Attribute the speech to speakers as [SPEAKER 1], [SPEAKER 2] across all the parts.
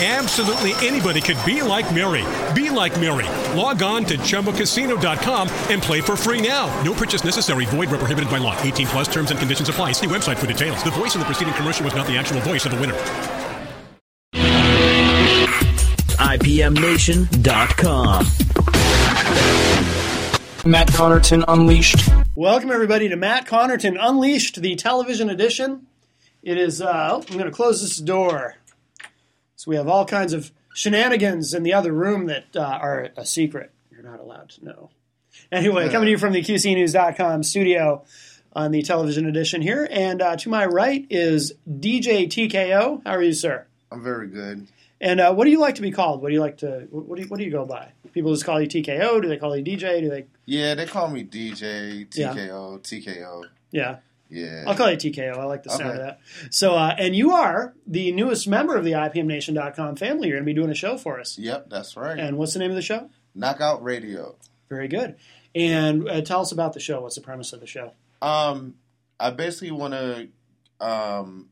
[SPEAKER 1] Absolutely anybody could be like Mary. Be like Mary. Log on to chumbacasino.com and play for free now. No purchase necessary. Void where prohibited by law. 18 plus terms and conditions apply. See website for details. The voice in the preceding commercial was not the actual voice of the winner.
[SPEAKER 2] IPMNation.com.
[SPEAKER 3] Matt Connerton Unleashed.
[SPEAKER 4] Welcome, everybody, to Matt Connerton Unleashed, the television edition. It is, uh, oh, I'm going to close this door. So we have all kinds of shenanigans in the other room that uh, are a secret. You're not allowed to know. Anyway, coming to you from the QCNews.com studio on the television edition here. And uh, to my right is DJ TKO. How are you, sir?
[SPEAKER 5] I'm very good.
[SPEAKER 4] And uh, what do you like to be called? What do you like to, what do you, what do you go by? People just call you TKO? Do they call you DJ? Do they,
[SPEAKER 5] Yeah, they call me DJ,
[SPEAKER 4] Yeah.
[SPEAKER 5] TKO, TKO.
[SPEAKER 4] yeah.
[SPEAKER 5] Yeah.
[SPEAKER 4] I'll call you TKO. I like the sound of
[SPEAKER 5] Okay.
[SPEAKER 4] that. So, uh, and you are the newest member of the IPMNation.com family. You're going to be doing a show for us.
[SPEAKER 5] Yep, that's right.
[SPEAKER 4] And what's the name of the show?
[SPEAKER 5] Knockout Radio.
[SPEAKER 4] Very good. And uh, tell us about the show. What's the premise of the show?
[SPEAKER 5] Um, I basically want to um,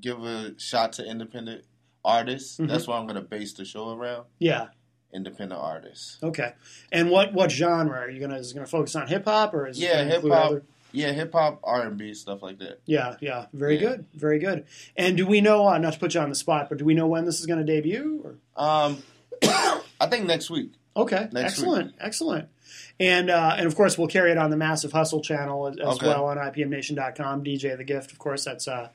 [SPEAKER 5] give a shot to independent artists.
[SPEAKER 4] Mm-hmm.
[SPEAKER 5] That's what I'm going to base the show around.
[SPEAKER 4] Yeah.
[SPEAKER 5] Independent artists.
[SPEAKER 4] Okay. And what what genre are you gonna is it gonna focus on hip hop or is it
[SPEAKER 5] Yeah,
[SPEAKER 4] gonna
[SPEAKER 5] hip
[SPEAKER 4] include
[SPEAKER 5] hop.
[SPEAKER 4] other-
[SPEAKER 5] Yeah, hip hop, R and B stuff like that.
[SPEAKER 4] Yeah, yeah. Very
[SPEAKER 5] Yeah.
[SPEAKER 4] good. Very good. And do we know? Uh, not to put you on the spot, but do we know when this is going to debut? Or?
[SPEAKER 5] Um, I think next week.
[SPEAKER 4] Okay,
[SPEAKER 5] Next
[SPEAKER 4] excellent, excellent. And uh, and of course, we'll carry it on the Massive Hustle channel as, as
[SPEAKER 5] Okay.
[SPEAKER 4] well on IPMNation.com. DJ the Gift, of course, that's uh,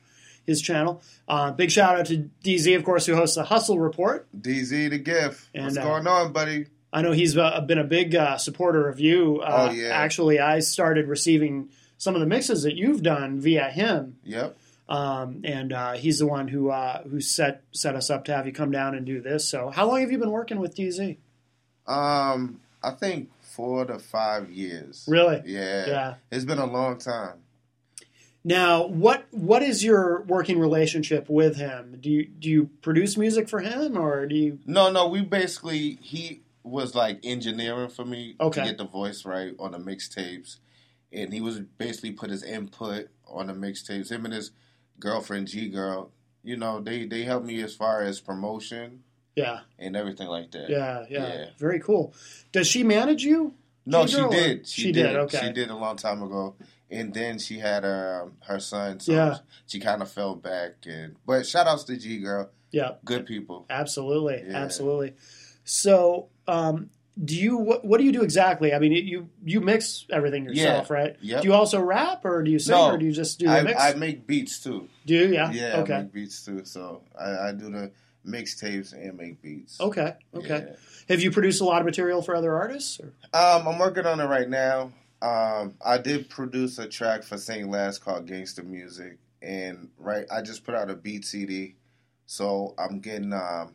[SPEAKER 4] his channel. Uh, big shout out to DZ, of course, who hosts the Hustle Report.
[SPEAKER 5] DZ the Gift. What's
[SPEAKER 4] And, uh,
[SPEAKER 5] going on, buddy?
[SPEAKER 4] I know he's uh, been a big uh, supporter of you. Uh,
[SPEAKER 5] Oh, yeah.
[SPEAKER 4] Actually, I started receiving some of the mixes that you've done via him,
[SPEAKER 5] Yep.
[SPEAKER 4] um, and uh, he's the one who uh, who set set us up to have you come down and do this. So, how long have you been working with DZ?
[SPEAKER 5] Um, I think four to five years.
[SPEAKER 4] Really?
[SPEAKER 5] Yeah.
[SPEAKER 4] Yeah.
[SPEAKER 5] It's been a long time.
[SPEAKER 4] Now, what what is your working relationship with him? Do you do you produce music for him, or do you?
[SPEAKER 5] No, no, we basically he was like engineering for me
[SPEAKER 4] Okay.
[SPEAKER 5] to get the voice right on the mixtapes, and he was basically put his input on the mixtapes. Him and his girlfriend G Girl, you know, they they helped me as far as promotion
[SPEAKER 4] Yeah,
[SPEAKER 5] and everything like that.
[SPEAKER 4] yeah, yeah.
[SPEAKER 5] Yeah.
[SPEAKER 4] Very cool. Does she manage you?
[SPEAKER 5] No,
[SPEAKER 4] G
[SPEAKER 5] she
[SPEAKER 4] Girl, or-
[SPEAKER 5] did. She, did.
[SPEAKER 4] Okay.
[SPEAKER 5] She did a long time ago, and then she had um, her son. So
[SPEAKER 4] Yeah.
[SPEAKER 5] She kind of fell back, and but shout outs to G Girl,
[SPEAKER 4] Yeah,
[SPEAKER 5] good people.
[SPEAKER 4] absolutely,
[SPEAKER 5] Yeah.
[SPEAKER 4] absolutely. So, um, do you what, what do you do exactly? I mean, you you mix everything yourself,
[SPEAKER 5] Yeah.
[SPEAKER 4] right?
[SPEAKER 5] Yep.
[SPEAKER 4] Do you also rap, or do you sing, or do you just do the mix?
[SPEAKER 5] I, I make beats too.
[SPEAKER 4] do you? Yeah.
[SPEAKER 5] Yeah,
[SPEAKER 4] okay.
[SPEAKER 5] I make beats too. So I, I do the mixtapes and make beats.
[SPEAKER 4] okay. Okay.
[SPEAKER 5] Yeah.
[SPEAKER 4] Have you produced a lot of material for other artists? Or?
[SPEAKER 5] Um, I'm working on it right now. Um, I did produce a track for Sing Last called Gangster Music, and right, I just put out a beat CD. So I'm getting um,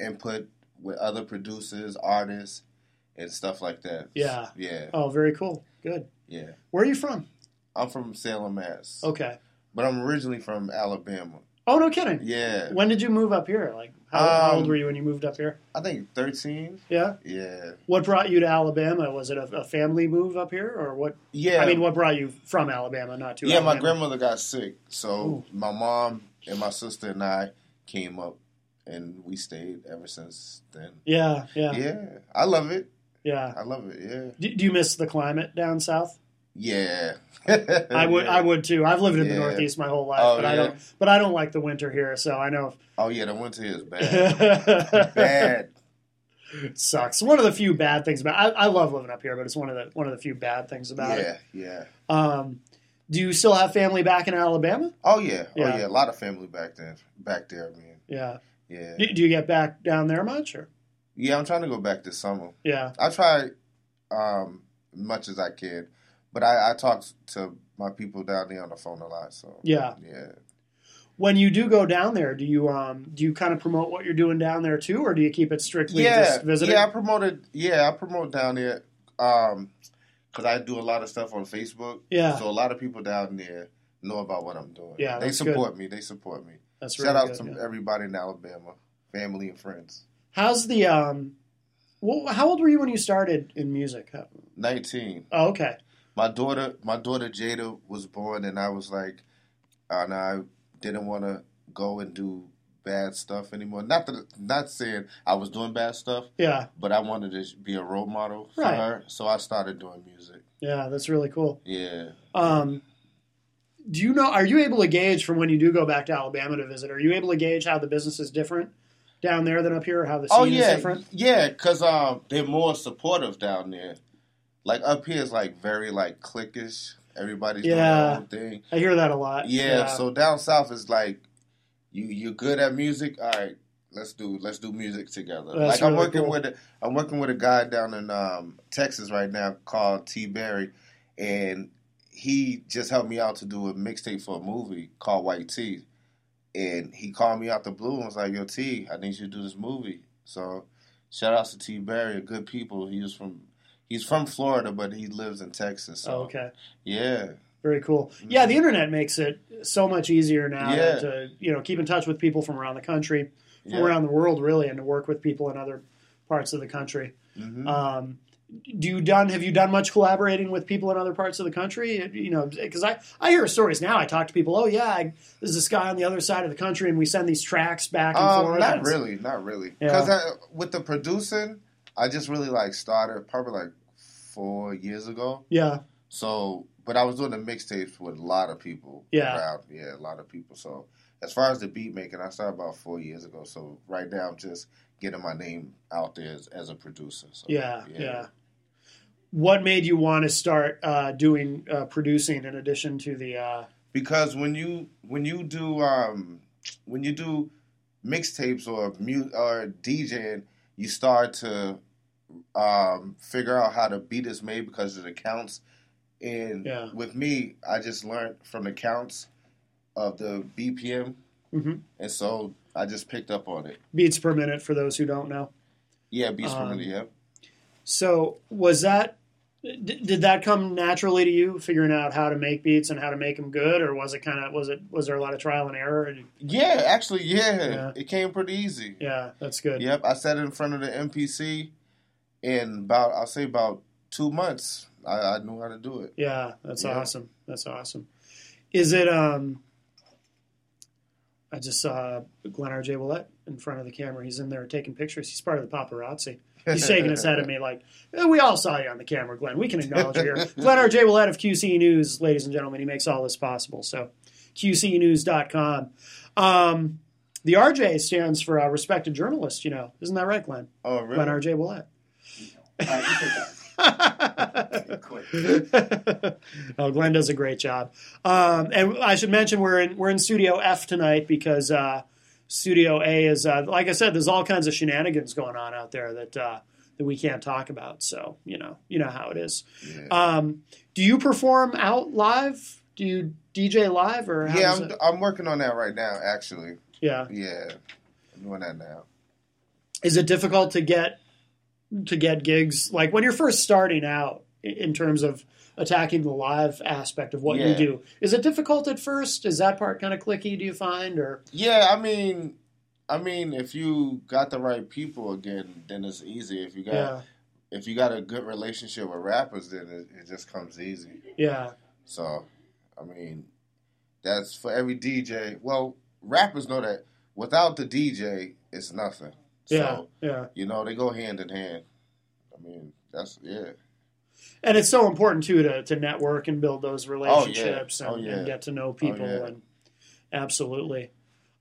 [SPEAKER 5] input with other producers, artists, and stuff like that.
[SPEAKER 4] Yeah.
[SPEAKER 5] yeah,
[SPEAKER 4] Oh, very cool. Good.
[SPEAKER 5] yeah.
[SPEAKER 4] Where are you from?
[SPEAKER 5] I'm from Salem, Mass.
[SPEAKER 4] Okay.
[SPEAKER 5] But I'm originally from Alabama.
[SPEAKER 4] Oh, no kidding.
[SPEAKER 5] Yeah,
[SPEAKER 4] When did you move up here? Like, how, how
[SPEAKER 5] Um,
[SPEAKER 4] old were you when you moved up here?
[SPEAKER 5] I think 13.
[SPEAKER 4] Yeah.
[SPEAKER 5] Yeah,
[SPEAKER 4] What brought you to Alabama? Was it a, a family move up here, or what?
[SPEAKER 5] yeah.
[SPEAKER 4] I mean, what brought you from Alabama, not to?
[SPEAKER 5] yeah, my
[SPEAKER 4] Alabama?
[SPEAKER 5] grandmother got sick, so my mom and my sister and I came up, and we stayed ever since then.
[SPEAKER 4] Yeah, yeah,
[SPEAKER 5] Yeah,
[SPEAKER 4] yeah.
[SPEAKER 5] I love it. I love it. Yeah,
[SPEAKER 4] Do, do you miss the climate down south?
[SPEAKER 5] yeah.
[SPEAKER 4] I would, I would too. I've lived in the
[SPEAKER 5] Yeah.
[SPEAKER 4] Northeast my whole life,
[SPEAKER 5] Oh,
[SPEAKER 4] but I
[SPEAKER 5] yeah.
[SPEAKER 4] don't, but I don't like the winter here, so I know
[SPEAKER 5] Oh yeah, the winter is bad.
[SPEAKER 4] it
[SPEAKER 5] bad.
[SPEAKER 4] sucks. One of the few bad things about I, I love living up here, but it's one of the one of the few bad things about it.
[SPEAKER 5] Yeah, yeah.
[SPEAKER 4] Um, Do you still have family back in Alabama?
[SPEAKER 5] Oh yeah,
[SPEAKER 4] Yeah.
[SPEAKER 5] oh yeah, a lot of family back then, back there, man.
[SPEAKER 4] Yeah.
[SPEAKER 5] Yeah,
[SPEAKER 4] Do, do you get back down there much? Or
[SPEAKER 5] yeah. I'm trying to go back this summer.
[SPEAKER 4] yeah,
[SPEAKER 5] I try um, much as I can, but I, I talk to my people down there on the phone a lot. So
[SPEAKER 4] yeah.
[SPEAKER 5] yeah.
[SPEAKER 4] When you do go down there, do you um do you kind of promote what you're doing down there too, or do you keep it strictly
[SPEAKER 5] yeah,
[SPEAKER 4] just visiting?
[SPEAKER 5] Yeah, I promoted. Yeah, I promote down there because I do a lot of stuff on Facebook.
[SPEAKER 4] Yeah.
[SPEAKER 5] so a lot of people down there know about what I'm doing.
[SPEAKER 4] Yeah,
[SPEAKER 5] they
[SPEAKER 4] that's good.
[SPEAKER 5] support me. They support me.
[SPEAKER 4] That's
[SPEAKER 5] Shout
[SPEAKER 4] really
[SPEAKER 5] out
[SPEAKER 4] good,
[SPEAKER 5] to
[SPEAKER 4] yeah.
[SPEAKER 5] everybody in Alabama, family and friends.
[SPEAKER 4] How's the um? wh- how old were you when you started in music? How-
[SPEAKER 5] Nineteen.
[SPEAKER 4] Oh, okay.
[SPEAKER 5] My daughter, my daughter Jada was born, and I was like, and I didn't want to go and do bad stuff anymore. Not that, not saying I was doing bad stuff,
[SPEAKER 4] Yeah,
[SPEAKER 5] but I wanted to be a role model for
[SPEAKER 4] Right.
[SPEAKER 5] her, so I started doing music.
[SPEAKER 4] yeah, that's really cool.
[SPEAKER 5] Yeah.
[SPEAKER 4] Um, do you know? Are you able to gauge from when you do go back to Alabama to visit? Are you able to gauge how the business is different down there than up here? Or how the scene
[SPEAKER 5] Oh yeah,
[SPEAKER 4] is different?
[SPEAKER 5] yeah, because um, they're more supportive down there. Like up here is like very like cliquish. Everybody's
[SPEAKER 4] Yeah.
[SPEAKER 5] doing their own thing.
[SPEAKER 4] I hear that a lot.
[SPEAKER 5] Yeah, So down south is like, you you're good at music. All right, let's do let's do music together.
[SPEAKER 4] That's
[SPEAKER 5] like I'm
[SPEAKER 4] really
[SPEAKER 5] working
[SPEAKER 4] cool.
[SPEAKER 5] with a, I'm working with a guy down in um, Texas right now called T Berry, and he just helped me out to do a mixtape for a movie called White Tea. And he called me out the blue and was like, Yo, T, I need you to do this movie. So shout outs to T Berry, good people. He was from he's from Florida, but he lives in Texas. So
[SPEAKER 4] Oh, okay.
[SPEAKER 5] yeah.
[SPEAKER 4] Very cool. Yeah, the internet makes it so much easier now
[SPEAKER 5] Mm-hmm. Yeah.
[SPEAKER 4] to you know keep in touch with people from around the country, from
[SPEAKER 5] Yeah.
[SPEAKER 4] around the world, really, and to work with people in other parts of the country.
[SPEAKER 5] Mm-hmm.
[SPEAKER 4] Um, do you done? Have you done much collaborating with people in other parts of the country? You know, because I I hear stories now. I talk to people. Oh yeah, I, there's this guy on the other side of the country, and we send these tracks back and
[SPEAKER 5] Um,
[SPEAKER 4] forth.
[SPEAKER 5] not
[SPEAKER 4] It's-
[SPEAKER 5] really, not really.
[SPEAKER 4] Yeah.
[SPEAKER 5] Because with the producing, I just really like started probably like four years ago.
[SPEAKER 4] Yeah,
[SPEAKER 5] So, but I was doing the mixtapes with a lot of people.
[SPEAKER 4] Yeah.
[SPEAKER 5] around. yeah, a lot of people. So, as far as the beat making, I started about four years ago. So right now, I'm just getting my name out there as, as a producer. So,
[SPEAKER 4] yeah, yeah. What made you want to start uh, doing uh, producing in addition to the? Uh,
[SPEAKER 5] because when you when you do um when you do mixtapes or mu- or DJing, you start to um figure out how the beat is made because of the counts. And
[SPEAKER 4] Yeah.
[SPEAKER 5] with me, I just learned from the counts of the BPM,
[SPEAKER 4] Mhm.
[SPEAKER 5] and so I just picked up on it.
[SPEAKER 4] beats per minute for those who don't know.
[SPEAKER 5] Yeah, beats
[SPEAKER 4] Um,
[SPEAKER 5] from the yep.
[SPEAKER 4] So was that d- did that come naturally to you figuring out how to make beats and how to make them good or was it kind of was it was there a lot of trial and error And-
[SPEAKER 5] Yeah, actually, yeah,
[SPEAKER 4] Yeah.
[SPEAKER 5] it came pretty easy.
[SPEAKER 4] yeah that's good
[SPEAKER 5] Yep, I sat in front of the MPC in about I'll say about two months. I, I knew how to do it.
[SPEAKER 4] Yeah, that's
[SPEAKER 5] Yeah.
[SPEAKER 4] awesome that's awesome is it um i just saw glenn r.j willett in front of the camera he's in there taking pictures he's part of the paparazzi he's shaking his head at me like "Eh, we all saw you on the camera glenn we can acknowledge you here glenn r.j willett of qc news ladies and gentlemen he makes all this possible so qcnews.com um, the rj stands for uh, respected journalist you know isn't that right glenn
[SPEAKER 5] Oh, really?
[SPEAKER 4] glenn r.j willett no, Oh, Glenn does a great job. Um, and I should mention we're in we're in Studio F tonight because uh, Studio A is uh, like I said, there's all kinds of shenanigans going on out there that uh, that we can't talk about. So you know you know how it is. Um, do you perform out live? Do you DJ live or how
[SPEAKER 5] yeah,
[SPEAKER 4] does
[SPEAKER 5] I'm
[SPEAKER 4] it-
[SPEAKER 5] I'm working on that right now. Actually,
[SPEAKER 4] yeah?
[SPEAKER 5] yeah, I'm doing that now.
[SPEAKER 4] Is it difficult to get to get gigs like when you're first starting out i- in terms of attacking the live aspect of what you
[SPEAKER 5] Yeah.
[SPEAKER 4] do? Is it difficult at first? Is that part kind of clicky? Do you find or
[SPEAKER 5] Yeah, I mean, I mean, if you got the right people again, then it's easy. If you got
[SPEAKER 4] yeah
[SPEAKER 5] if you got a good relationship with rappers, then it, it just comes easy.
[SPEAKER 4] yeah
[SPEAKER 5] So, I mean, that's for every DJ. Well, rappers know that without the DJ, it's nothing.
[SPEAKER 4] yeah
[SPEAKER 5] So,
[SPEAKER 4] yeah?
[SPEAKER 5] you know, they go hand in hand. I mean, that's yeah,
[SPEAKER 4] And it's so important too to to network and build those relationships
[SPEAKER 5] Oh,
[SPEAKER 4] and,
[SPEAKER 5] yeah.
[SPEAKER 4] and get to know people
[SPEAKER 5] yeah.
[SPEAKER 4] and absolutely.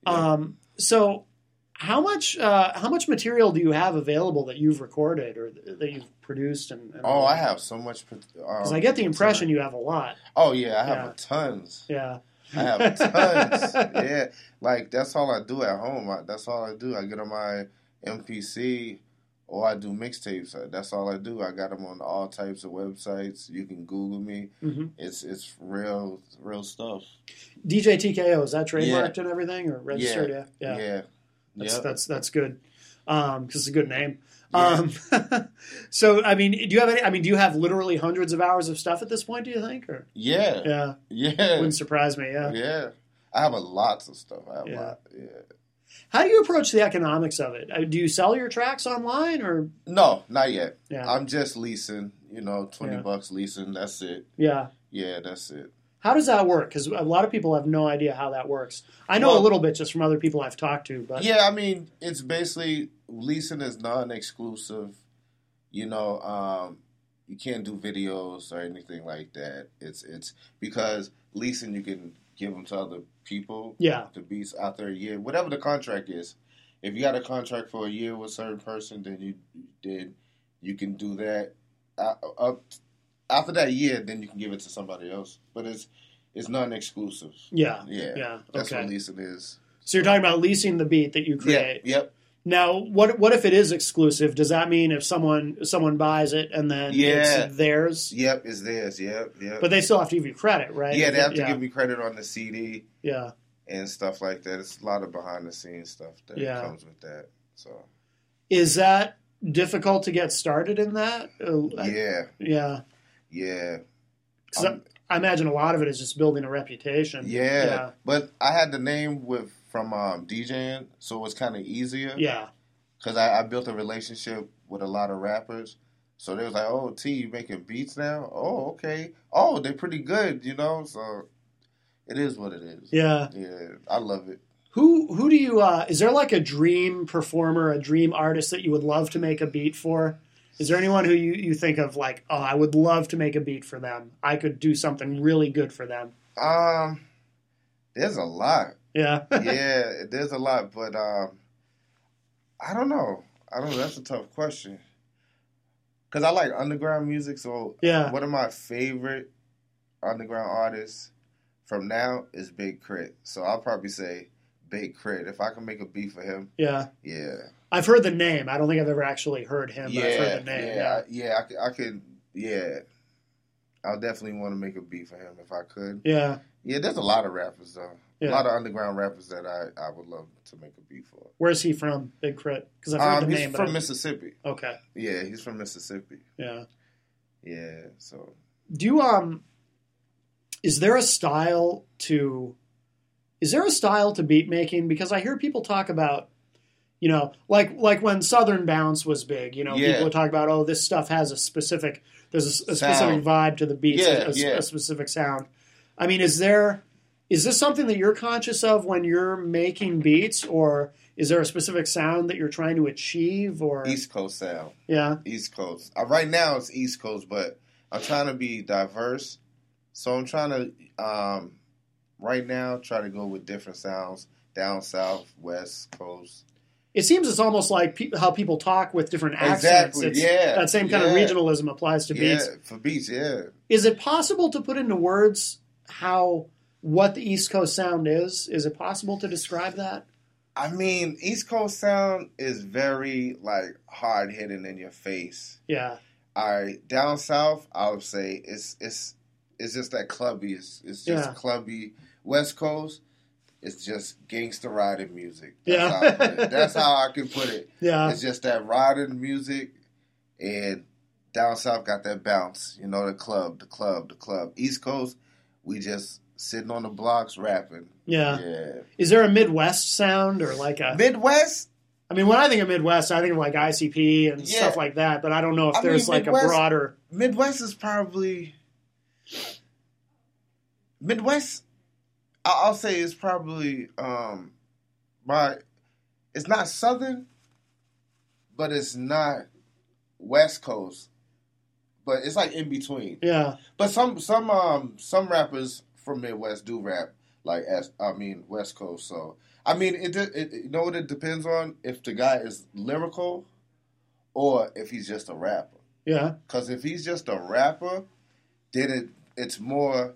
[SPEAKER 4] Um, so How much uh, how much material do you have available that you've recorded or th- that you've produced? And, and
[SPEAKER 5] Oh, I have so much.
[SPEAKER 4] Because
[SPEAKER 5] Because
[SPEAKER 4] I get the impression you have a lot.
[SPEAKER 5] Oh yeah, I have
[SPEAKER 4] Yeah.
[SPEAKER 5] tons.
[SPEAKER 4] Yeah.
[SPEAKER 5] I have tons. yeah, like that's all I do at home. I, that's all I do. I get on my MPC or I do mixtapes. Uh, That's all I do. I got them on all types of websites. You can Google me.
[SPEAKER 4] Mm-hmm.
[SPEAKER 5] It's it's real real stuff.
[SPEAKER 4] DJ TKO is that trademarked and everything or registered? Yeah.
[SPEAKER 5] yeah, yeah.
[SPEAKER 4] That's
[SPEAKER 5] Yep.
[SPEAKER 4] that's that's good. Um, 'cause it's a good name. Um, so I mean, do you have any? I mean, do you have literally hundreds of hours of stuff at this point? Do you think? Or
[SPEAKER 5] yeah, yeah,
[SPEAKER 4] yeah,
[SPEAKER 5] yeah,
[SPEAKER 4] wouldn't surprise me. Yeah.
[SPEAKER 5] I have a lots of stuff. I have
[SPEAKER 4] Yeah.
[SPEAKER 5] a lot. Yeah.
[SPEAKER 4] How do you approach the economics of it? Uh, Do you sell your tracks online or
[SPEAKER 5] No, not yet.
[SPEAKER 4] Yeah.
[SPEAKER 5] I'm just leasing. You know, twenty
[SPEAKER 4] Yeah.
[SPEAKER 5] bucks leasing. That's it.
[SPEAKER 4] yeah?
[SPEAKER 5] Yeah, that's it.
[SPEAKER 4] How does that work? Because a lot of people have no idea how that works. I know a
[SPEAKER 5] Well-
[SPEAKER 4] little bit just from other people I've talked to, but
[SPEAKER 5] Yeah, I mean, it's basically leasing is non-exclusive. You know, um, you can't do videos or anything like that. It's it's because leasing you can give them to other people.
[SPEAKER 4] Yeah.
[SPEAKER 5] the beats out there a year, whatever the contract is. If you got a contract for a year with a certain person, then you then you can do that. Uh, up after that year, then you can give it to somebody else. But it's it's non-exclusive.
[SPEAKER 4] yeah,
[SPEAKER 5] Yeah,
[SPEAKER 4] yeah.
[SPEAKER 5] That's
[SPEAKER 4] okay.
[SPEAKER 5] what leasing is.
[SPEAKER 4] so you're talking about leasing the beat that you
[SPEAKER 5] Yeah.
[SPEAKER 4] create.
[SPEAKER 5] Yep.
[SPEAKER 4] Now, what what if it is exclusive? Does that mean if someone someone buys it and then
[SPEAKER 5] Yeah.
[SPEAKER 4] it's theirs,
[SPEAKER 5] Yep, it's theirs. Yep, yep.
[SPEAKER 4] but they still have to give you credit, right?
[SPEAKER 5] yeah, they have to
[SPEAKER 4] yeah,
[SPEAKER 5] give me credit on the CD
[SPEAKER 4] Yeah.
[SPEAKER 5] and stuff like that. It's a lot of behind the scenes stuff that
[SPEAKER 4] Yeah.
[SPEAKER 5] comes with that. So
[SPEAKER 4] Is that difficult to get started in that? Uh,
[SPEAKER 5] yeah,
[SPEAKER 4] yeah.
[SPEAKER 5] yeah,
[SPEAKER 4] 'Cause I- I imagine a lot of it is just building a reputation.
[SPEAKER 5] yeah, But I had the name with from um, DJing, so it was kind of easier.
[SPEAKER 4] yeah, yeah.
[SPEAKER 5] because I, I built a relationship with a lot of rappers. So they was like, "Oh, T, you making beats now? Oh, okay. Oh, they're pretty good, you know." So it is what it is.
[SPEAKER 4] Yeah.
[SPEAKER 5] yeah. I love it.
[SPEAKER 4] Who who do you uh is there like a dream performer, a dream artist that you would love to make a beat for? Is there anyone who you, you think of like, oh, I would love to make a beat for them. I could do something really good for them.
[SPEAKER 5] Um, there's a lot.
[SPEAKER 4] Yeah.
[SPEAKER 5] yeah, there's a lot, but um, I don't know. I don't. know. That's a tough question. Cause I like underground music, so
[SPEAKER 4] Yeah.
[SPEAKER 5] One of my favorite underground artists from now is Big Crit. So I'll probably say Big Crit if I can make a beat for him.
[SPEAKER 4] yeah.
[SPEAKER 5] Yeah,
[SPEAKER 4] I've heard the name. I don't think I've ever actually heard him, but I've
[SPEAKER 5] yeah,
[SPEAKER 4] heard the name.
[SPEAKER 5] yeah, yeah. I could, I could, yeah. I definitely want to make a beat for him if I could.
[SPEAKER 4] Yeah.
[SPEAKER 5] Yeah, there's a lot of rappers though.
[SPEAKER 4] Yeah.
[SPEAKER 5] A lot of underground rappers that I, I would love to make a beat for.
[SPEAKER 4] Where's he from? Big Crit? Because I've heard the
[SPEAKER 5] Um, he's
[SPEAKER 4] name.
[SPEAKER 5] from
[SPEAKER 4] but I-
[SPEAKER 5] Mississippi.
[SPEAKER 4] okay.
[SPEAKER 5] Yeah, he's from Mississippi.
[SPEAKER 4] Yeah.
[SPEAKER 5] Yeah, so
[SPEAKER 4] do you, um is there a style to is there a style to beat making because i hear people talk about you know like like when southern bounce was big you know
[SPEAKER 5] Yeah.
[SPEAKER 4] people would talk about oh this stuff has a specific there's a, s- a specific
[SPEAKER 5] Sound.
[SPEAKER 4] vibe to the beats
[SPEAKER 5] Yeah,
[SPEAKER 4] a- a, s-
[SPEAKER 5] yeah.
[SPEAKER 4] a specific sound i mean is there is this something that you're conscious of when you're making beats or is there a specific sound that you're trying to achieve or
[SPEAKER 5] East Coast sound,
[SPEAKER 4] yeah
[SPEAKER 5] East Coast. Uh, right now it's East Coast, but I'm trying to be diverse. So I'm trying to um, right now try to go with different sounds down south, west coast.
[SPEAKER 4] it seems it's almost like pe- how people talk with different accents.
[SPEAKER 5] Exactly,
[SPEAKER 4] It's-
[SPEAKER 5] yeah,
[SPEAKER 4] that same kind of
[SPEAKER 5] yeah.
[SPEAKER 4] regionalism applies to
[SPEAKER 5] Yeah,
[SPEAKER 4] beats.
[SPEAKER 5] for beats, yeah.
[SPEAKER 4] Is it possible to put into words how what the East Coast sound is? Is it possible to describe that?
[SPEAKER 5] I mean, East Coast sound is very like hard hitting in your face.
[SPEAKER 4] Yeah,
[SPEAKER 5] All right, down south, I would say it's it's it's just that clubby. It's it's just
[SPEAKER 4] Yeah.
[SPEAKER 5] clubby. West Coast, it's just gangster riding music. That's
[SPEAKER 4] Yeah.
[SPEAKER 5] how I put it. that's how I can put it.
[SPEAKER 4] yeah,
[SPEAKER 5] It's just that riding music, and down south got that bounce. You know, the club, the club, the club. East Coast, we just sitting on the blocks rapping.
[SPEAKER 4] yeah.
[SPEAKER 5] Yeah,
[SPEAKER 4] Is there a Midwest sound or like a?
[SPEAKER 5] Midwest.
[SPEAKER 4] I mean, when I think of Midwest, I think of like ICP and
[SPEAKER 5] Yeah.
[SPEAKER 4] stuff like that. But I don't know if
[SPEAKER 5] I
[SPEAKER 4] there's
[SPEAKER 5] mean,
[SPEAKER 4] like a
[SPEAKER 5] Midwest-
[SPEAKER 4] broader.
[SPEAKER 5] Midwest is probably Midwest. I- I'll say it's probably um my. It's not Southern, but it's not West Coast, but it's like in between.
[SPEAKER 4] Yeah,
[SPEAKER 5] But some some um some rappers from Midwest do rap. like as I mean West Coast. So I mean it, de- it you know what it depends on if the guy is lyrical or if he's just a rapper.
[SPEAKER 4] Yeah.
[SPEAKER 5] Because if he's just a rapper, then it it's more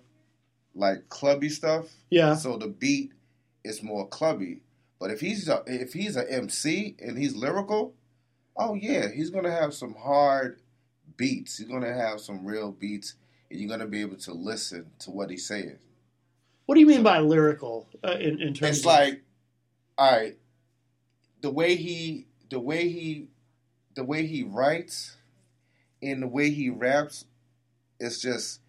[SPEAKER 5] like clubby stuff.
[SPEAKER 4] Yeah.
[SPEAKER 5] So the beat is more clubby. But if he's a, if he's an MC and he's lyrical, oh yeah, he's gonna have some hard beats. He's gonna have some real beats, and you're gonna be able to listen to what he's saying.
[SPEAKER 4] What do you mean by lyrical uh, in, in terms
[SPEAKER 5] It's
[SPEAKER 4] of
[SPEAKER 5] like, all right, the way he, the way he, the way he writes, and the way he raps, it's just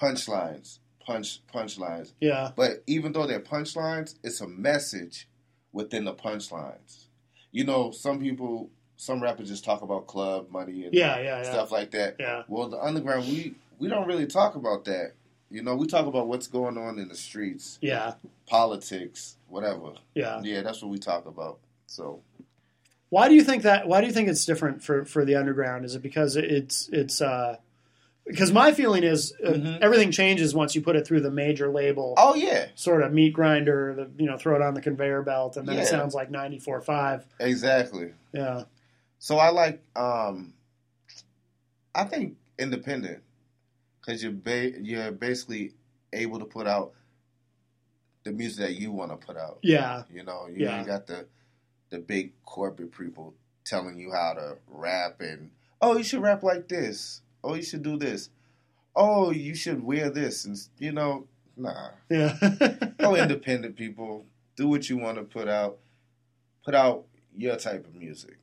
[SPEAKER 5] punchlines, punch punchlines.
[SPEAKER 4] Yeah.
[SPEAKER 5] But even though they're punchlines, it's a message within the punchlines. You know, some people, some rappers just talk about club money and
[SPEAKER 4] Yeah, yeah, yeah.
[SPEAKER 5] stuff like that.
[SPEAKER 4] Yeah.
[SPEAKER 5] Well, the underground, we we don't really talk about that. You know, we talk about what's going on in the streets
[SPEAKER 4] Yeah.
[SPEAKER 5] politics, whatever.
[SPEAKER 4] Yeah.
[SPEAKER 5] Yeah, that's what we talk about. So
[SPEAKER 4] Why do you think that? Why do you think it's different for for the underground? Is it because it's it's uh, because my feeling is uh, everything changes once you put it through the major label.
[SPEAKER 5] Oh yeah.
[SPEAKER 4] Sort of meat grinder, the, you know, throw it on the conveyor belt, and then
[SPEAKER 5] Yeah.
[SPEAKER 4] it sounds like 94.5.
[SPEAKER 5] Exactly.
[SPEAKER 4] Yeah,
[SPEAKER 5] So I like um I think independent cuz you're ba- you're basically able to put out the music that you want to put out.
[SPEAKER 4] yeah,
[SPEAKER 5] You know, you
[SPEAKER 4] Yeah.
[SPEAKER 5] ain't got the the big corporate people telling you how to rap and oh, you should rap like this. Oh, you should do this. Oh, you should wear this and s- you know, nah.
[SPEAKER 4] yeah,
[SPEAKER 5] go independent people. Do what you want to put out. Put out your type of music.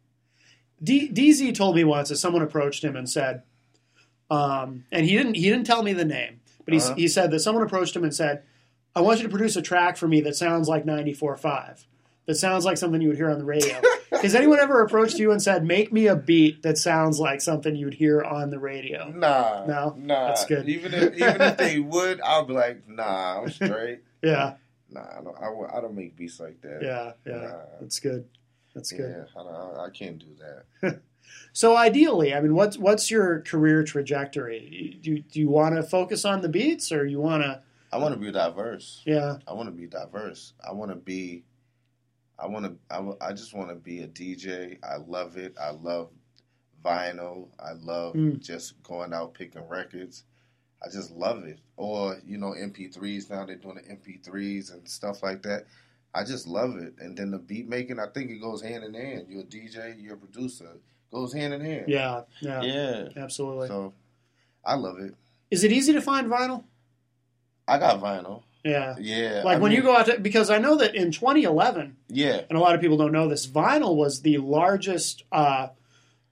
[SPEAKER 4] D- DZ told me once that someone approached him and said, um, and he didn't he didn't tell me the name, but he, s he said that someone approached him and said, "I want you to produce a track for me that sounds like 94.5, that sounds like something you would hear on the radio." Has anyone ever approached you and said, "Make me a beat that sounds like something you'd hear on the radio"?
[SPEAKER 5] Nah,
[SPEAKER 4] No,
[SPEAKER 5] nah.
[SPEAKER 4] that's good.
[SPEAKER 5] Even if even if they would, I'll be like, nah, I'm straight.
[SPEAKER 4] Yeah,
[SPEAKER 5] nah, I don't. I, won't- I don't make beats like that.
[SPEAKER 4] yeah, yeah.
[SPEAKER 5] Nah.
[SPEAKER 4] That's good. That's good.
[SPEAKER 5] yeah. I, don't- I can't do that.
[SPEAKER 4] So ideally, I mean, what's what's your career trajectory? Do do you want to focus on the beats, or you want to?
[SPEAKER 5] I want to be diverse.
[SPEAKER 4] Yeah,
[SPEAKER 5] I want to be diverse. I want to be. I want to. I, wa- I just want to be a DJ. I love it. I love vinyl. I love
[SPEAKER 4] Mm.
[SPEAKER 5] just going out picking records. I just love it. Or you know, MP3s now they're doing the MP3s and stuff like that. I just love it. And then the beat making, I think it goes hand in hand. You're a DJ. You're a producer. Goes hand in hand.
[SPEAKER 4] yeah, yeah,
[SPEAKER 5] Yeah.
[SPEAKER 4] absolutely.
[SPEAKER 5] So, I love it.
[SPEAKER 4] Is it easy to find vinyl?
[SPEAKER 5] I got vinyl.
[SPEAKER 4] Yeah.
[SPEAKER 5] Yeah.
[SPEAKER 4] Like
[SPEAKER 5] I
[SPEAKER 4] when you
[SPEAKER 5] mean-
[SPEAKER 4] go out to, because I know that in 2011,
[SPEAKER 5] Yeah.
[SPEAKER 4] and a lot of people don't know this, vinyl was the largest, uh,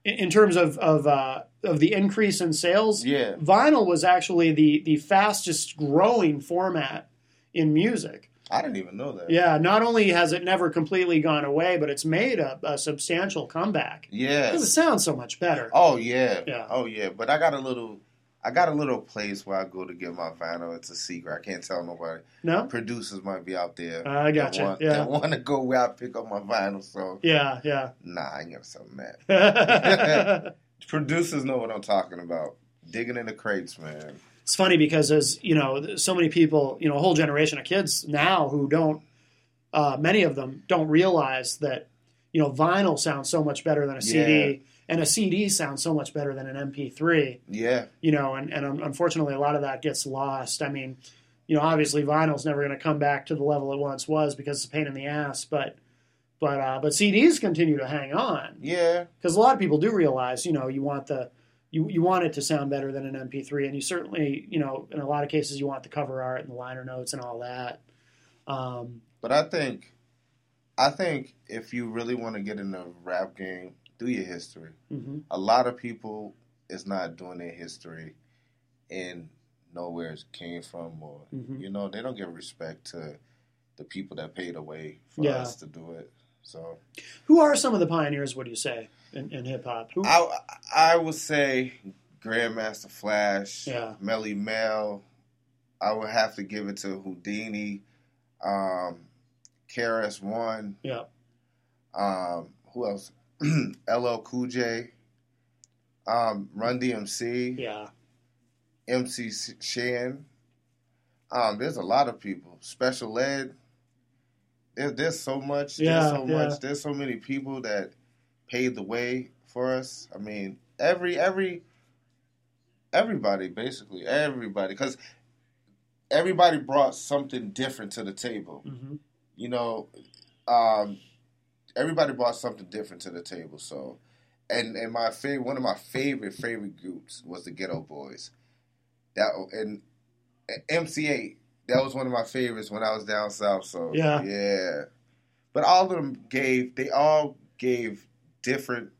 [SPEAKER 4] in, in terms of of, uh, of the increase in sales.
[SPEAKER 5] Yeah.
[SPEAKER 4] Vinyl was actually the the fastest growing format in music.
[SPEAKER 5] I didn't even know that.
[SPEAKER 4] Yeah. Not only has it never completely gone away, but it's made a, a substantial comeback
[SPEAKER 5] Yeah.
[SPEAKER 4] because it sounds so much better.
[SPEAKER 5] Oh yeah.
[SPEAKER 4] Yeah.
[SPEAKER 5] Oh yeah. But I got a little I got a little place where I go to get my vinyl. It's a secret. I can't tell nobody.
[SPEAKER 4] No.
[SPEAKER 5] Producers might be out there.
[SPEAKER 4] I gotcha.
[SPEAKER 5] That want,
[SPEAKER 4] Yeah.
[SPEAKER 5] that want to go where I pick up my vinyl. So
[SPEAKER 4] Yeah. Yeah.
[SPEAKER 5] nah, I ain't gonna sell them that. Producers know what I'm talking about. Digging in the crates, man.
[SPEAKER 4] it's funny because as you know so many people you know a whole generation of kids now who don't uh, many of them don't realize that you know vinyl sounds so much better than a
[SPEAKER 5] Yeah.
[SPEAKER 4] cd and a cd sounds so much better than an mp3
[SPEAKER 5] Yeah.
[SPEAKER 4] you know and, and un- unfortunately a lot of that gets lost i mean you know obviously vinyl's never going to come back to the level it once was because it's a pain in the ass but but uh, but cds continue to hang on
[SPEAKER 5] Yeah.
[SPEAKER 4] because a lot of people do realize, you know, you want the you, you want it to sound better than an MP3, and you certainly, you know, in a lot of cases, you want the cover art and the liner notes and all that. Um,
[SPEAKER 5] But I think I think if you really want to get in the rap game, do your history.
[SPEAKER 4] Mm-hmm.
[SPEAKER 5] A lot of people is not doing their history and know where it came from or
[SPEAKER 4] Mm-hmm.
[SPEAKER 5] you know, they don't give respect to the people that paid away for
[SPEAKER 4] Yeah.
[SPEAKER 5] us to do it. So
[SPEAKER 4] who are some of the pioneers? What do you say in, in hip hop? Who?
[SPEAKER 5] I I would say Grandmaster Flash,
[SPEAKER 4] Yeah.
[SPEAKER 5] Melly Mel. I would have to give it to Houdini, um, KRS One,
[SPEAKER 4] yeah,
[SPEAKER 5] Um, who else? LL Cool J. Um, Run DMC.
[SPEAKER 4] yeah,
[SPEAKER 5] MC Shan. Um, there's a lot of people. Special ed. There, there's so much.
[SPEAKER 4] Yeah,
[SPEAKER 5] there's so
[SPEAKER 4] yeah.
[SPEAKER 5] much. There's so many people that paved the way for us. I mean, every every everybody basically everybody because everybody brought something different to the table.
[SPEAKER 4] Mm-hmm.
[SPEAKER 5] You know, um, everybody brought something different to the table. So, and and my favorite, one of my favorite favorite groups was the Ghetto Boys. That and MCA. That was one of my favorites when I was down south. So
[SPEAKER 4] Yeah.
[SPEAKER 5] yeah. But all of them gave. They all gave different.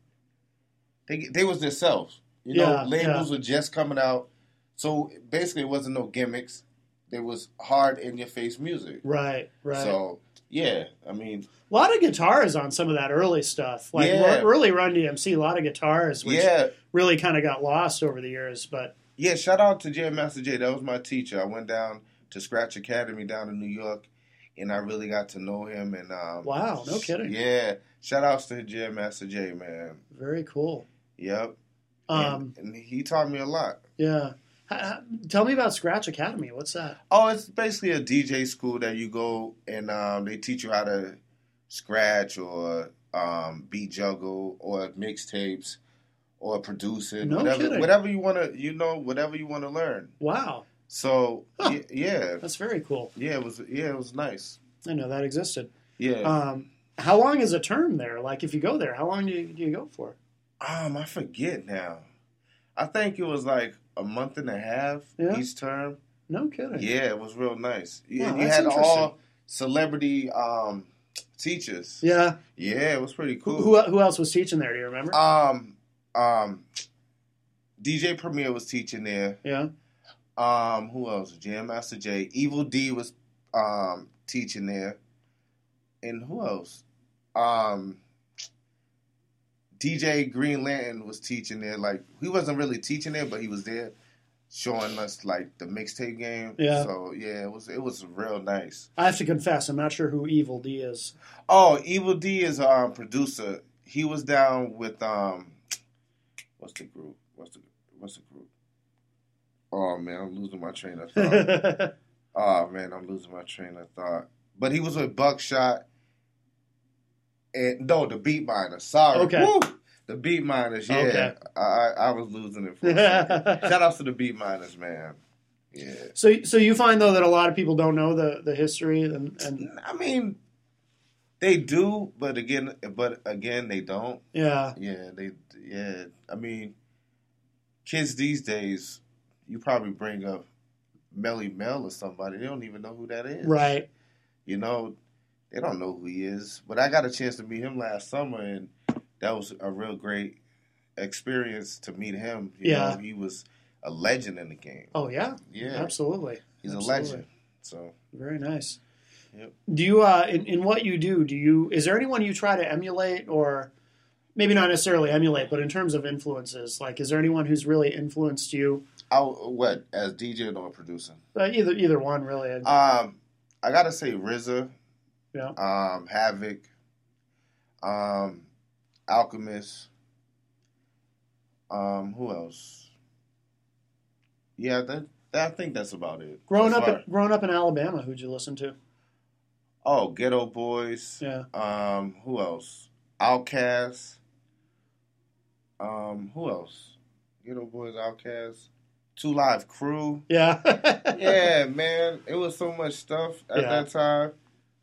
[SPEAKER 5] They they was themselves. You
[SPEAKER 4] Yeah,
[SPEAKER 5] know, labels
[SPEAKER 4] yeah.
[SPEAKER 5] were just coming out. So basically, it wasn't no gimmicks. There was hard in your face music.
[SPEAKER 4] Right, right.
[SPEAKER 5] So yeah, I mean,
[SPEAKER 4] a lot of guitars on some of that early stuff, like
[SPEAKER 5] Yeah.
[SPEAKER 4] r- early Run DMC. A lot of guitars, which
[SPEAKER 5] yeah,
[SPEAKER 4] really kind of got lost over the years. But
[SPEAKER 5] yeah. Shout out to Jam Master J. That was my teacher. I went down to Scratch Academy down in New York, and I really got to know him. And um,
[SPEAKER 4] wow, no kidding,
[SPEAKER 5] yeah, shout outs to Jam Master J. Man.
[SPEAKER 4] very cool.
[SPEAKER 5] Yep.
[SPEAKER 4] Um,
[SPEAKER 5] and, and he taught me a lot.
[SPEAKER 4] yeah. H- h- tell me about Scratch Academy. What's that?
[SPEAKER 5] Oh, it's basically a DJ school that you go and um, they teach you how to scratch or um, beat juggle or mixtapes or producing
[SPEAKER 4] No
[SPEAKER 5] whatever
[SPEAKER 4] kidding.
[SPEAKER 5] whatever you want to you know whatever you want to learn.
[SPEAKER 4] Wow,
[SPEAKER 5] So y- yeah,
[SPEAKER 4] that's very cool.
[SPEAKER 5] yeah, it was yeah, it was nice.
[SPEAKER 4] I know that existed.
[SPEAKER 5] Yeah,
[SPEAKER 4] Um, how long is a term there? Like if you go there, how long do you, do you go for?
[SPEAKER 5] um, I forget now. I think it was like a month and a half
[SPEAKER 4] Yeah.
[SPEAKER 5] each term.
[SPEAKER 4] No kidding.
[SPEAKER 5] Yeah, it was real nice. You,
[SPEAKER 4] Wow,
[SPEAKER 5] you
[SPEAKER 4] that's
[SPEAKER 5] had all
[SPEAKER 4] interesting.
[SPEAKER 5] celebrity um, teachers.
[SPEAKER 4] Yeah.
[SPEAKER 5] Yeah, it was pretty cool.
[SPEAKER 4] Who, who who else was teaching there? Do you remember?
[SPEAKER 5] Um, um, DJ Premier was teaching there.
[SPEAKER 4] yeah.
[SPEAKER 5] Um, who else? Jam Master J. Evil D was um teaching there, and who else? Um, DJ Green Lantern was teaching there. Like he wasn't really teaching there, but he was there showing us like the mixtape game.
[SPEAKER 4] Yeah.
[SPEAKER 5] So yeah, it was it was real nice.
[SPEAKER 4] I have to confess, I'm not sure who Evil D is.
[SPEAKER 5] Oh, Evil D is a um, producer. He was down with um, what's the group? What's the what's the group? Oh man, I'm losing my train of thought. oh man, I'm losing my train of thought. But he was with Buckshot, and no, the Beat Miners. Sorry,
[SPEAKER 4] Okay.
[SPEAKER 5] Woo! the Beat Miners. Yeah,
[SPEAKER 4] Okay.
[SPEAKER 5] I, I I was losing it for a second. Shout out to the Beat Miners, man. Yeah.
[SPEAKER 4] So, so you find though that a lot of people don't know the, the history and, and
[SPEAKER 5] I mean, they do, but again, but again, they don't.
[SPEAKER 4] yeah,
[SPEAKER 5] Yeah, they. Yeah, I mean, kids these days, you probably bring up Melly Mel or somebody, they don't even know who that is.
[SPEAKER 4] right.
[SPEAKER 5] You know, they don't know who he is. But I got a chance to meet him last summer, and that was a real great experience to meet him. You
[SPEAKER 4] Yeah.
[SPEAKER 5] know, he was a legend in the game.
[SPEAKER 4] Oh yeah,
[SPEAKER 5] Yeah,
[SPEAKER 4] absolutely.
[SPEAKER 5] he's
[SPEAKER 4] Absolutely.
[SPEAKER 5] a legend. So.
[SPEAKER 4] Very nice.
[SPEAKER 5] Yep.
[SPEAKER 4] Do you uh, in in what you do? Do you is there anyone you try to emulate or maybe not necessarily emulate, but in terms of influences, like is there anyone who's really influenced you?
[SPEAKER 5] I, what as DJ or producer?
[SPEAKER 4] Uh, either either one really. I-
[SPEAKER 5] Um, I gotta say RZA,
[SPEAKER 4] yeah.
[SPEAKER 5] um, Havoc, um, Alchemist. Um, who else? Yeah, that, that I think that's about it.
[SPEAKER 4] Growing
[SPEAKER 5] As
[SPEAKER 4] up,
[SPEAKER 5] far-
[SPEAKER 4] growing up in Alabama, who'd you listen to?
[SPEAKER 5] oh, Ghetto Boys.
[SPEAKER 4] Yeah.
[SPEAKER 5] Um, who else? Outkast. Um, who else? Ghetto Boys, Outkast, Two Live Crew.
[SPEAKER 4] Yeah.
[SPEAKER 5] yeah, man, it was so much stuff at
[SPEAKER 4] Yeah.
[SPEAKER 5] that time.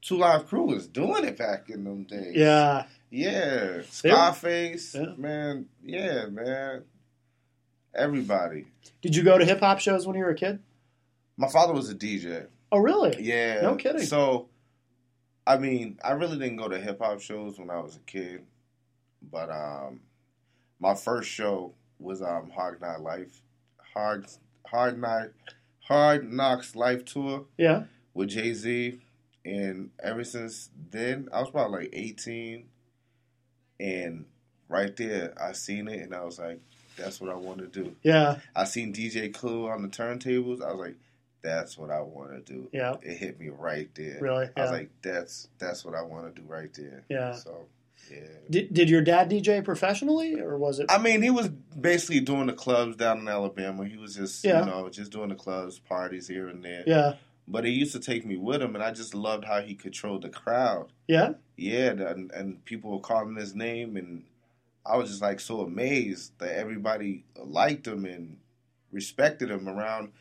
[SPEAKER 5] Two Live Crew was doing it back in them days.
[SPEAKER 4] yeah.
[SPEAKER 5] yeah, Scarface,
[SPEAKER 4] Yeah.
[SPEAKER 5] man, yeah, man, everybody.
[SPEAKER 4] Did you go to hip hop shows when you were a kid?
[SPEAKER 5] My father was a DJ.
[SPEAKER 4] Oh, really?
[SPEAKER 5] Yeah,
[SPEAKER 4] No kidding.
[SPEAKER 5] So, I mean, I really didn't go to hip hop shows when I was a kid, but um, my first show was um Hard Knock Life, Hard Hard Knock Hard Knocks Life tour.
[SPEAKER 4] Yeah.
[SPEAKER 5] with Jay Z, and ever since then, I was probably like 18, and right there, I seen it, and I was like, "That's what I want to do."
[SPEAKER 4] Yeah.
[SPEAKER 5] I seen DJ Clue on the turntables. I was like, "That's what I want to do."
[SPEAKER 4] Yeah.
[SPEAKER 5] it hit me right there.
[SPEAKER 4] Really?
[SPEAKER 5] I
[SPEAKER 4] Yeah.
[SPEAKER 5] was like, "That's that's what I want to do right there."
[SPEAKER 4] Yeah.
[SPEAKER 5] So, yeah.
[SPEAKER 4] Did, did your dad DJ professionally, or was it?
[SPEAKER 5] I mean, he was basically doing the clubs down in Alabama. He was just,
[SPEAKER 4] Yeah.
[SPEAKER 5] you know, just doing the clubs, parties here and there.
[SPEAKER 4] yeah.
[SPEAKER 5] But he used to take me with him, and I just loved how he controlled the crowd.
[SPEAKER 4] Yeah.
[SPEAKER 5] Yeah, and, and people were calling his name, and I was just like so amazed that everybody liked him and respected him around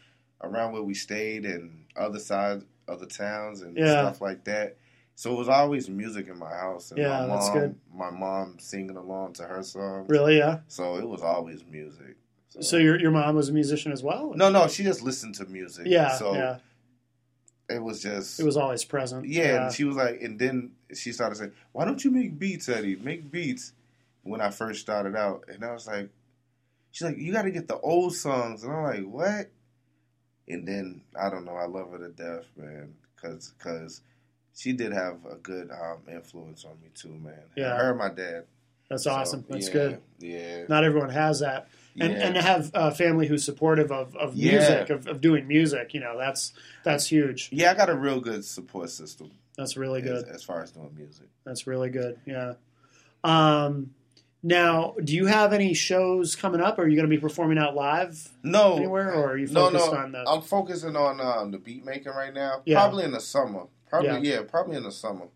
[SPEAKER 5] around where we stayed and other sides, other towns, and
[SPEAKER 4] Yeah.
[SPEAKER 5] stuff like that. So it was always music in my house, and
[SPEAKER 4] Yeah,
[SPEAKER 5] my mom,
[SPEAKER 4] that's good.
[SPEAKER 5] my mom singing along to her songs.
[SPEAKER 4] Really? Yeah.
[SPEAKER 5] So it was always music.
[SPEAKER 4] So your your mom was a musician as well?
[SPEAKER 5] No, no, she just listened to music.
[SPEAKER 4] Yeah.
[SPEAKER 5] So
[SPEAKER 4] yeah.
[SPEAKER 5] it was just
[SPEAKER 4] It was always present.
[SPEAKER 5] yeah, and she was like and then she started saying, Why don't you make beats, Eddie? Make beats when I first started out and I was like She's like, You gotta get the old songs and I'm like, What? And then I don't know, I love her to death, man. Cause, 'cause she did have a good um, influence on me too, man.
[SPEAKER 4] Yeah.
[SPEAKER 5] Her and my dad.
[SPEAKER 4] That's
[SPEAKER 5] So,
[SPEAKER 4] awesome. That's
[SPEAKER 5] yeah,
[SPEAKER 4] good.
[SPEAKER 5] Yeah.
[SPEAKER 4] Not everyone has that. And,
[SPEAKER 5] Yeah.
[SPEAKER 4] and to have a family who's supportive of, of
[SPEAKER 5] Yeah.
[SPEAKER 4] music, of, of doing music, you know, that's that's huge.
[SPEAKER 5] Yeah, I got a real good support system
[SPEAKER 4] That's really good.
[SPEAKER 5] as, as far as doing music.
[SPEAKER 4] That's really good. Yeah. Um, now, do you have any shows coming up? Are you going to be performing out live?
[SPEAKER 5] no
[SPEAKER 4] anywhere, or are you
[SPEAKER 5] no,
[SPEAKER 4] focused
[SPEAKER 5] no,
[SPEAKER 4] on the-
[SPEAKER 5] I'm focusing on um, the beat making right now.
[SPEAKER 4] Yeah.
[SPEAKER 5] Probably in the summer. Probably
[SPEAKER 4] Yeah.
[SPEAKER 5] yeah. Probably in the summer.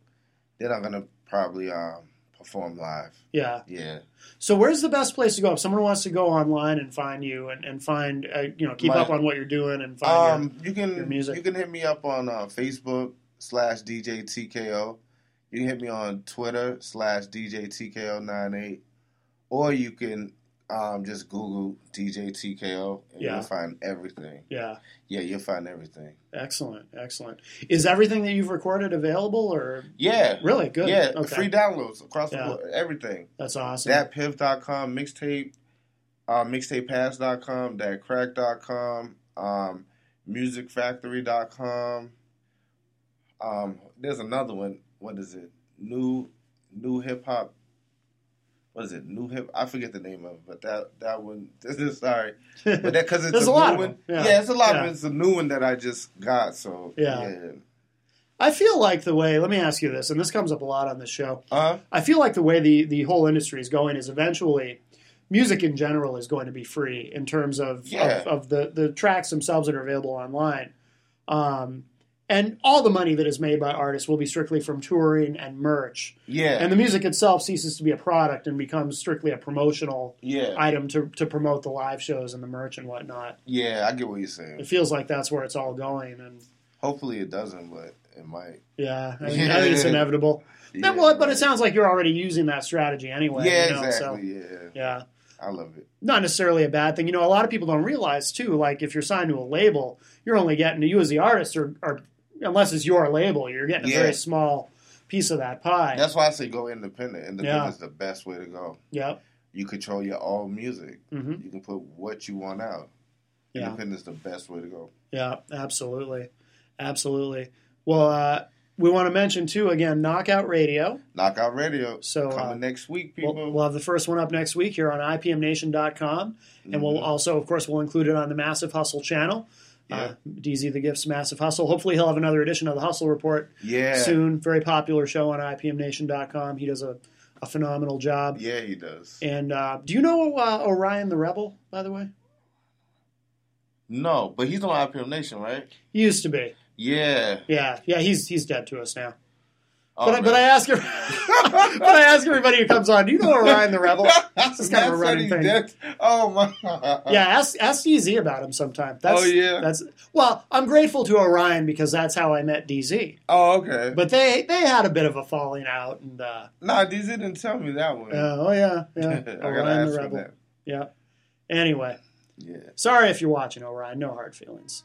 [SPEAKER 5] Then I'm gonna probably um, perform live.
[SPEAKER 4] Yeah.
[SPEAKER 5] Yeah.
[SPEAKER 4] So, where's the best place to go if someone wants to go online and find you and and find uh, you know keep
[SPEAKER 5] My-
[SPEAKER 4] up on what you're doing and find
[SPEAKER 5] Um,
[SPEAKER 4] your
[SPEAKER 5] you can
[SPEAKER 4] music.
[SPEAKER 5] you can hit me up on uh, Facebook slash DJ TKO. You can hit me on Twitter slash DJ TKO98, or you can um, just Google DJ TKO and
[SPEAKER 4] Yeah.
[SPEAKER 5] you'll find everything.
[SPEAKER 4] your, yeah.
[SPEAKER 5] Yeah, you'll find everything.
[SPEAKER 4] Excellent, excellent. Is everything that you've recorded available, or
[SPEAKER 5] Yeah.
[SPEAKER 4] Really? Good.
[SPEAKER 5] Yeah,
[SPEAKER 4] Okay.
[SPEAKER 5] free downloads across
[SPEAKER 4] Yeah.
[SPEAKER 5] the board, everything.
[SPEAKER 4] that's awesome?
[SPEAKER 5] thatpiff.com, mixtape, uh, mixtapepass.com, thatcrack.com, um, musicfactory.com. Um, there's another one. What is it? New, new hip hop. What is it? New hip. I forget the name of it, but that that one. This is sorry, but that because it's
[SPEAKER 4] There's a
[SPEAKER 5] a,
[SPEAKER 4] lot
[SPEAKER 5] new
[SPEAKER 4] of
[SPEAKER 5] one.
[SPEAKER 4] them.
[SPEAKER 5] Yeah.
[SPEAKER 4] Yeah.
[SPEAKER 5] it's a lot of
[SPEAKER 4] Yeah.
[SPEAKER 5] it. It's a new one that I just got. So
[SPEAKER 4] Yeah. I feel like the way. Let me ask you this, and this comes up a lot on the show.
[SPEAKER 5] Uh,
[SPEAKER 4] I feel like the way the the whole industry is going is eventually music in general is going to be free in terms of
[SPEAKER 5] Yeah.
[SPEAKER 4] of, of the the tracks themselves that are available online. Um, and all the money that is made by artists will be strictly from touring and merch.
[SPEAKER 5] yeah,
[SPEAKER 4] And the music itself ceases to be a product and becomes strictly a promotional
[SPEAKER 5] yeah,
[SPEAKER 4] item to, to promote the live shows and the merch and whatnot.
[SPEAKER 5] yeah. I get what you're saying.
[SPEAKER 4] It feels like that's where it's all going. And
[SPEAKER 5] Hopefully it doesn't, but it might.
[SPEAKER 4] yeah, I, mean, I think it's inevitable.
[SPEAKER 5] Yeah,
[SPEAKER 4] well, but it
[SPEAKER 5] right.
[SPEAKER 4] sounds like you're already using that strategy anyway.
[SPEAKER 5] yeah,
[SPEAKER 4] you know,
[SPEAKER 5] exactly.
[SPEAKER 4] So,
[SPEAKER 5] yeah.
[SPEAKER 4] yeah.
[SPEAKER 5] I love it.
[SPEAKER 4] not necessarily a bad thing. You know, a lot of people don't realize too. Like if you're signed to a label, you're only getting you as the artist, or, or unless it's your label, you're getting a
[SPEAKER 5] Yeah.
[SPEAKER 4] very small piece of that pie.
[SPEAKER 5] That's why I say go independent. Independent
[SPEAKER 4] Yeah.
[SPEAKER 5] is the best way to go.
[SPEAKER 4] yep.
[SPEAKER 5] You control your own music.
[SPEAKER 4] Mhm.
[SPEAKER 5] You can put what you want out.
[SPEAKER 4] Yeah.
[SPEAKER 5] Independent is the best way to go.
[SPEAKER 4] Yeah. Absolutely. Absolutely. Well, uh, we want to mention too again, Knockout Radio.
[SPEAKER 5] Knockout Radio.
[SPEAKER 4] So,
[SPEAKER 5] coming
[SPEAKER 4] uh,
[SPEAKER 5] next week, people.
[SPEAKER 4] We'll, we'll have the first one up next week here on IPMNation.com, and
[SPEAKER 5] Mm-hmm.
[SPEAKER 4] we'll also, of course, we'll include it on the Massive Hustle channel. Uh, DZ the Gift's Massive Hustle. Hopefully, he'll have another edition of the Hustle Report
[SPEAKER 5] yeah.
[SPEAKER 4] soon. Very popular show on IPMNation.com. He does a, a phenomenal job.
[SPEAKER 5] Yeah, he does.
[SPEAKER 4] And uh, do you know uh, Orion the Rebel, by the way?
[SPEAKER 5] No, but he's on IPM Nation, right?
[SPEAKER 4] He used to be.
[SPEAKER 5] Yeah.
[SPEAKER 4] Yeah, yeah, he's he's dead to us now.
[SPEAKER 5] Oh,
[SPEAKER 4] But, I, but I
[SPEAKER 5] man.
[SPEAKER 4] ask, every- but I ask everybody who comes on, do you know Orion the Rebel? This is kind of a
[SPEAKER 5] That's
[SPEAKER 4] running thing.
[SPEAKER 5] what he did. Oh my.
[SPEAKER 4] Yeah, ask ask DZ about him sometime. That's,
[SPEAKER 5] Oh, yeah.
[SPEAKER 4] That's well, I'm grateful to Orion because that's how I met DZ.
[SPEAKER 5] Oh okay.
[SPEAKER 4] But they they had a bit of a falling out, and uh,
[SPEAKER 5] nah, DZ didn't tell me that one.
[SPEAKER 4] uh, oh yeah, yeah,
[SPEAKER 5] I gotta
[SPEAKER 4] Orion
[SPEAKER 5] ask
[SPEAKER 4] the
[SPEAKER 5] for
[SPEAKER 4] Rebel.
[SPEAKER 5] that.
[SPEAKER 4] Yeah. Anyway,
[SPEAKER 5] Yeah.
[SPEAKER 4] sorry if you're watching, Orion. No hard feelings.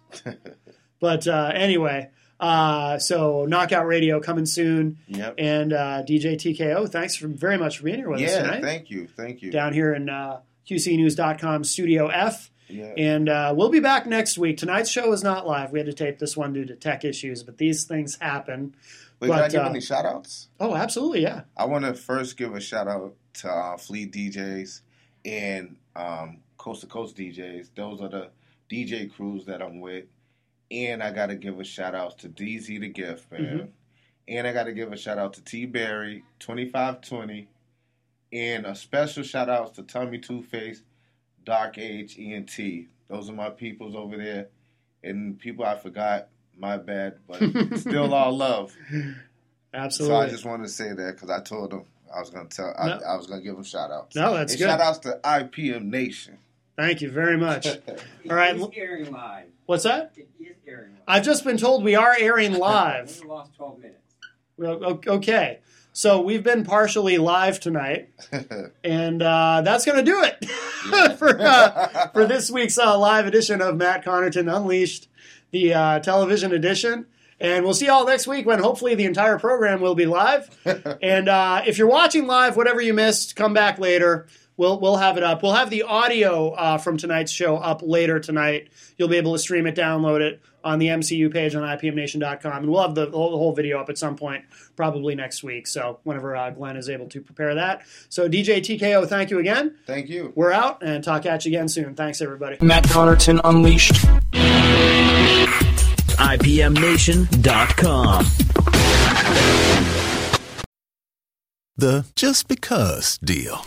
[SPEAKER 4] but uh, anyway, uh, so Knockout Radio coming soon,
[SPEAKER 5] Yep.
[SPEAKER 4] and uh, DJ TKO. Thanks for, very much for being here with us
[SPEAKER 5] yeah,
[SPEAKER 4] tonight.
[SPEAKER 5] thank you, thank you.
[SPEAKER 4] down here in uh, QCnews.com Studio F.
[SPEAKER 5] Yeah.
[SPEAKER 4] And uh, we'll be back next week. Tonight's show is not live. We had to tape this one due to tech issues, but these things happen.
[SPEAKER 5] Wait, can I
[SPEAKER 4] but,
[SPEAKER 5] give
[SPEAKER 4] uh,
[SPEAKER 5] any shout outs?
[SPEAKER 4] Oh, absolutely, yeah.
[SPEAKER 5] I want to first give a shout out to uh, Fleet DJs and um, Coast to Coast DJs. Those are the DJ crews that I'm with. And I got to give a shout out to DZ the Gift, man. And I got to give a shout out to T Berry, 2520. And a special shout out to Tommy Two Face, Dark Age, ENT. Those are my peoples over there. And people I forgot, My bad, but it's still all love. So I
[SPEAKER 4] Absolutely.
[SPEAKER 5] just wanted to say that because I told him I was gonna tell. I,
[SPEAKER 4] No.
[SPEAKER 5] I was gonna give him shout outs.
[SPEAKER 4] No, that's
[SPEAKER 5] and
[SPEAKER 4] good.
[SPEAKER 5] Shout outs to IPM Nation.
[SPEAKER 4] Thank you very much. All right. l-
[SPEAKER 6] airing live.
[SPEAKER 4] What's that?
[SPEAKER 6] It is airing live.
[SPEAKER 4] I've just been told we are airing live.
[SPEAKER 6] We lost 12 minutes.
[SPEAKER 4] Well, o- Okay. So we've been partially live tonight, and uh, that's going to do it for, uh, for this week's uh, live edition of Matt Connerton Unleashed, the uh, television edition. And we'll see y'all next week when hopefully the entire program will be live. and uh, if you're watching live, whatever you missed, come back later. We'll, we'll have it up. We'll have the audio uh, from tonight's show up later tonight. You'll be able to stream it, download it on the MCU page on IPMNation.com. And we'll have the whole, the whole video up at some point, probably next week. So, whenever uh, Glenn is able to prepare that. So, DJ TKO, thank you again.
[SPEAKER 5] Thank you.
[SPEAKER 4] We're out and talk at you again soon. Thanks, everybody.
[SPEAKER 3] Matt Connerton Unleashed.
[SPEAKER 2] IPMNation.com.
[SPEAKER 7] The just because deal.